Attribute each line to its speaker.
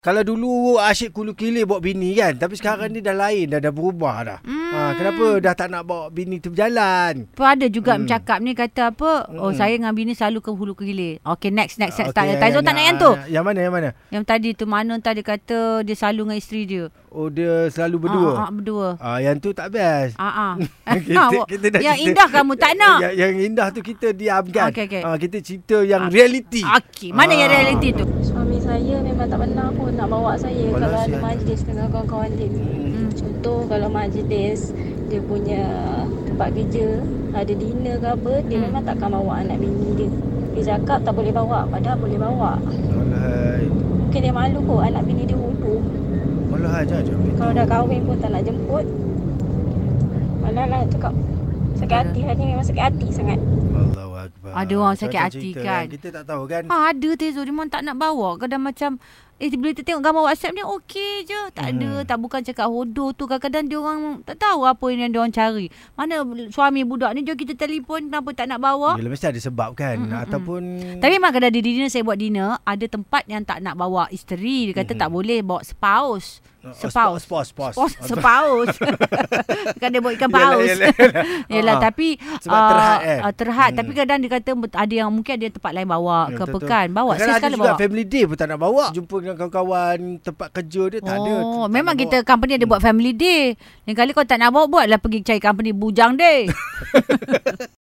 Speaker 1: Kalau dulu asyik kulu kilir bawa bini kan Tapi sekarang ni dah lain Dah dah berubah dah hmm. ha, Kenapa dah tak nak bawa bini tu berjalan
Speaker 2: Pun ada juga hmm. bercakap ni kata apa hmm. Oh saya dengan bini selalu ke hulu kilir Okay next next
Speaker 1: Ah,
Speaker 2: next okay, tak,
Speaker 1: ya,
Speaker 2: Taizo tak nak yang tu
Speaker 1: Yang mana yang mana
Speaker 2: Yang tadi tu mana entah dia kata Dia selalu dengan isteri dia
Speaker 1: Oh dia selalu berdua
Speaker 2: Ah, ah, berdua
Speaker 1: Ah, yang tu tak best.
Speaker 2: Ah ah.
Speaker 1: Kita- kita dah cerita-
Speaker 2: Yang
Speaker 1: Ya,
Speaker 2: indah kamu tak nak
Speaker 1: Yang, yang indah tu kita diamkan.
Speaker 2: Okey, okey.
Speaker 1: Ah, kita cerita yang realiti.
Speaker 2: Okey Mana yang
Speaker 1: Ah.
Speaker 2: realiti tu
Speaker 3: Suami saya memang tak pernah pun nak bawa saya
Speaker 1: Walau
Speaker 3: kalau ada
Speaker 1: sihat.
Speaker 3: majlis dengan kawan-kawan dia ni.
Speaker 1: Hmm.
Speaker 3: Contoh kalau majlis dia punya tempat kerja, ada dinner ke apa, dia
Speaker 2: Hmm.
Speaker 3: memang takkan bawa anak bini dia. Dia cakap tak boleh bawa, padahal boleh bawa.
Speaker 1: Alahai.
Speaker 3: Mungkin dia malu kot anak bini dia hulu.
Speaker 1: Alahai jangan macam itu.
Speaker 3: Kalau dah kahwin pun tak nak jemput. Malah lah cakap sakit
Speaker 2: Ada.
Speaker 3: hati, hari ni memang sakit hati sangat.
Speaker 1: Allahu akbar.
Speaker 2: Ada orang
Speaker 1: Macam
Speaker 2: sakit
Speaker 1: tu
Speaker 2: hati
Speaker 1: cerita
Speaker 2: kan.
Speaker 1: Kita tak tahu kan.
Speaker 2: Ah, ada Tezo dia memang tak nak bawa kadang macam eh bila kita tengok gambar WhatsApp dia okey je tak ada
Speaker 1: Hmm.
Speaker 2: tak bukan cakap hodoh tu kadang-kadang dia orang tak tahu apa yang dia orang cari mana suami budak ni jom kita telefon kenapa tak nak bawa
Speaker 1: Yelah mesti ada sebab kan
Speaker 2: ah. Mm, mm, mm.
Speaker 1: ataupun
Speaker 2: tapi memang kadang di dinner saya buat dinner ada tempat yang tak nak bawa isteri dia kata
Speaker 1: Mhm.
Speaker 2: tak boleh bawa sepaus
Speaker 1: Oh,
Speaker 2: sepaus
Speaker 1: Sepaus, sepaus.
Speaker 2: Sepaus, sepaus. Kan dia buat ikan paus.
Speaker 1: Yelah,
Speaker 2: Yelah,
Speaker 1: yelah, yelah. Ah.
Speaker 2: tapi
Speaker 1: Sebab terhad, eh?
Speaker 2: ah, terhad.
Speaker 1: Hmm.
Speaker 2: Tapi kadang dia kata ada yang mungkin ada tempat lain bawa
Speaker 1: Ya,
Speaker 2: ke
Speaker 1: betul,
Speaker 2: apa
Speaker 1: betul.
Speaker 2: kan. Bawa
Speaker 1: Kadang
Speaker 2: saya
Speaker 1: ada
Speaker 2: sekali
Speaker 1: juga
Speaker 2: bawa.
Speaker 1: family day pun tak nak bawa. Jumpa dengan kawan-kawan tempat kerja dia tak ada.
Speaker 2: oh,
Speaker 1: tak nak
Speaker 2: memang
Speaker 1: bawa.
Speaker 2: kita company ada buat family day. Lain kali kau tak nak bawa buatlah pergi cari company bujang day.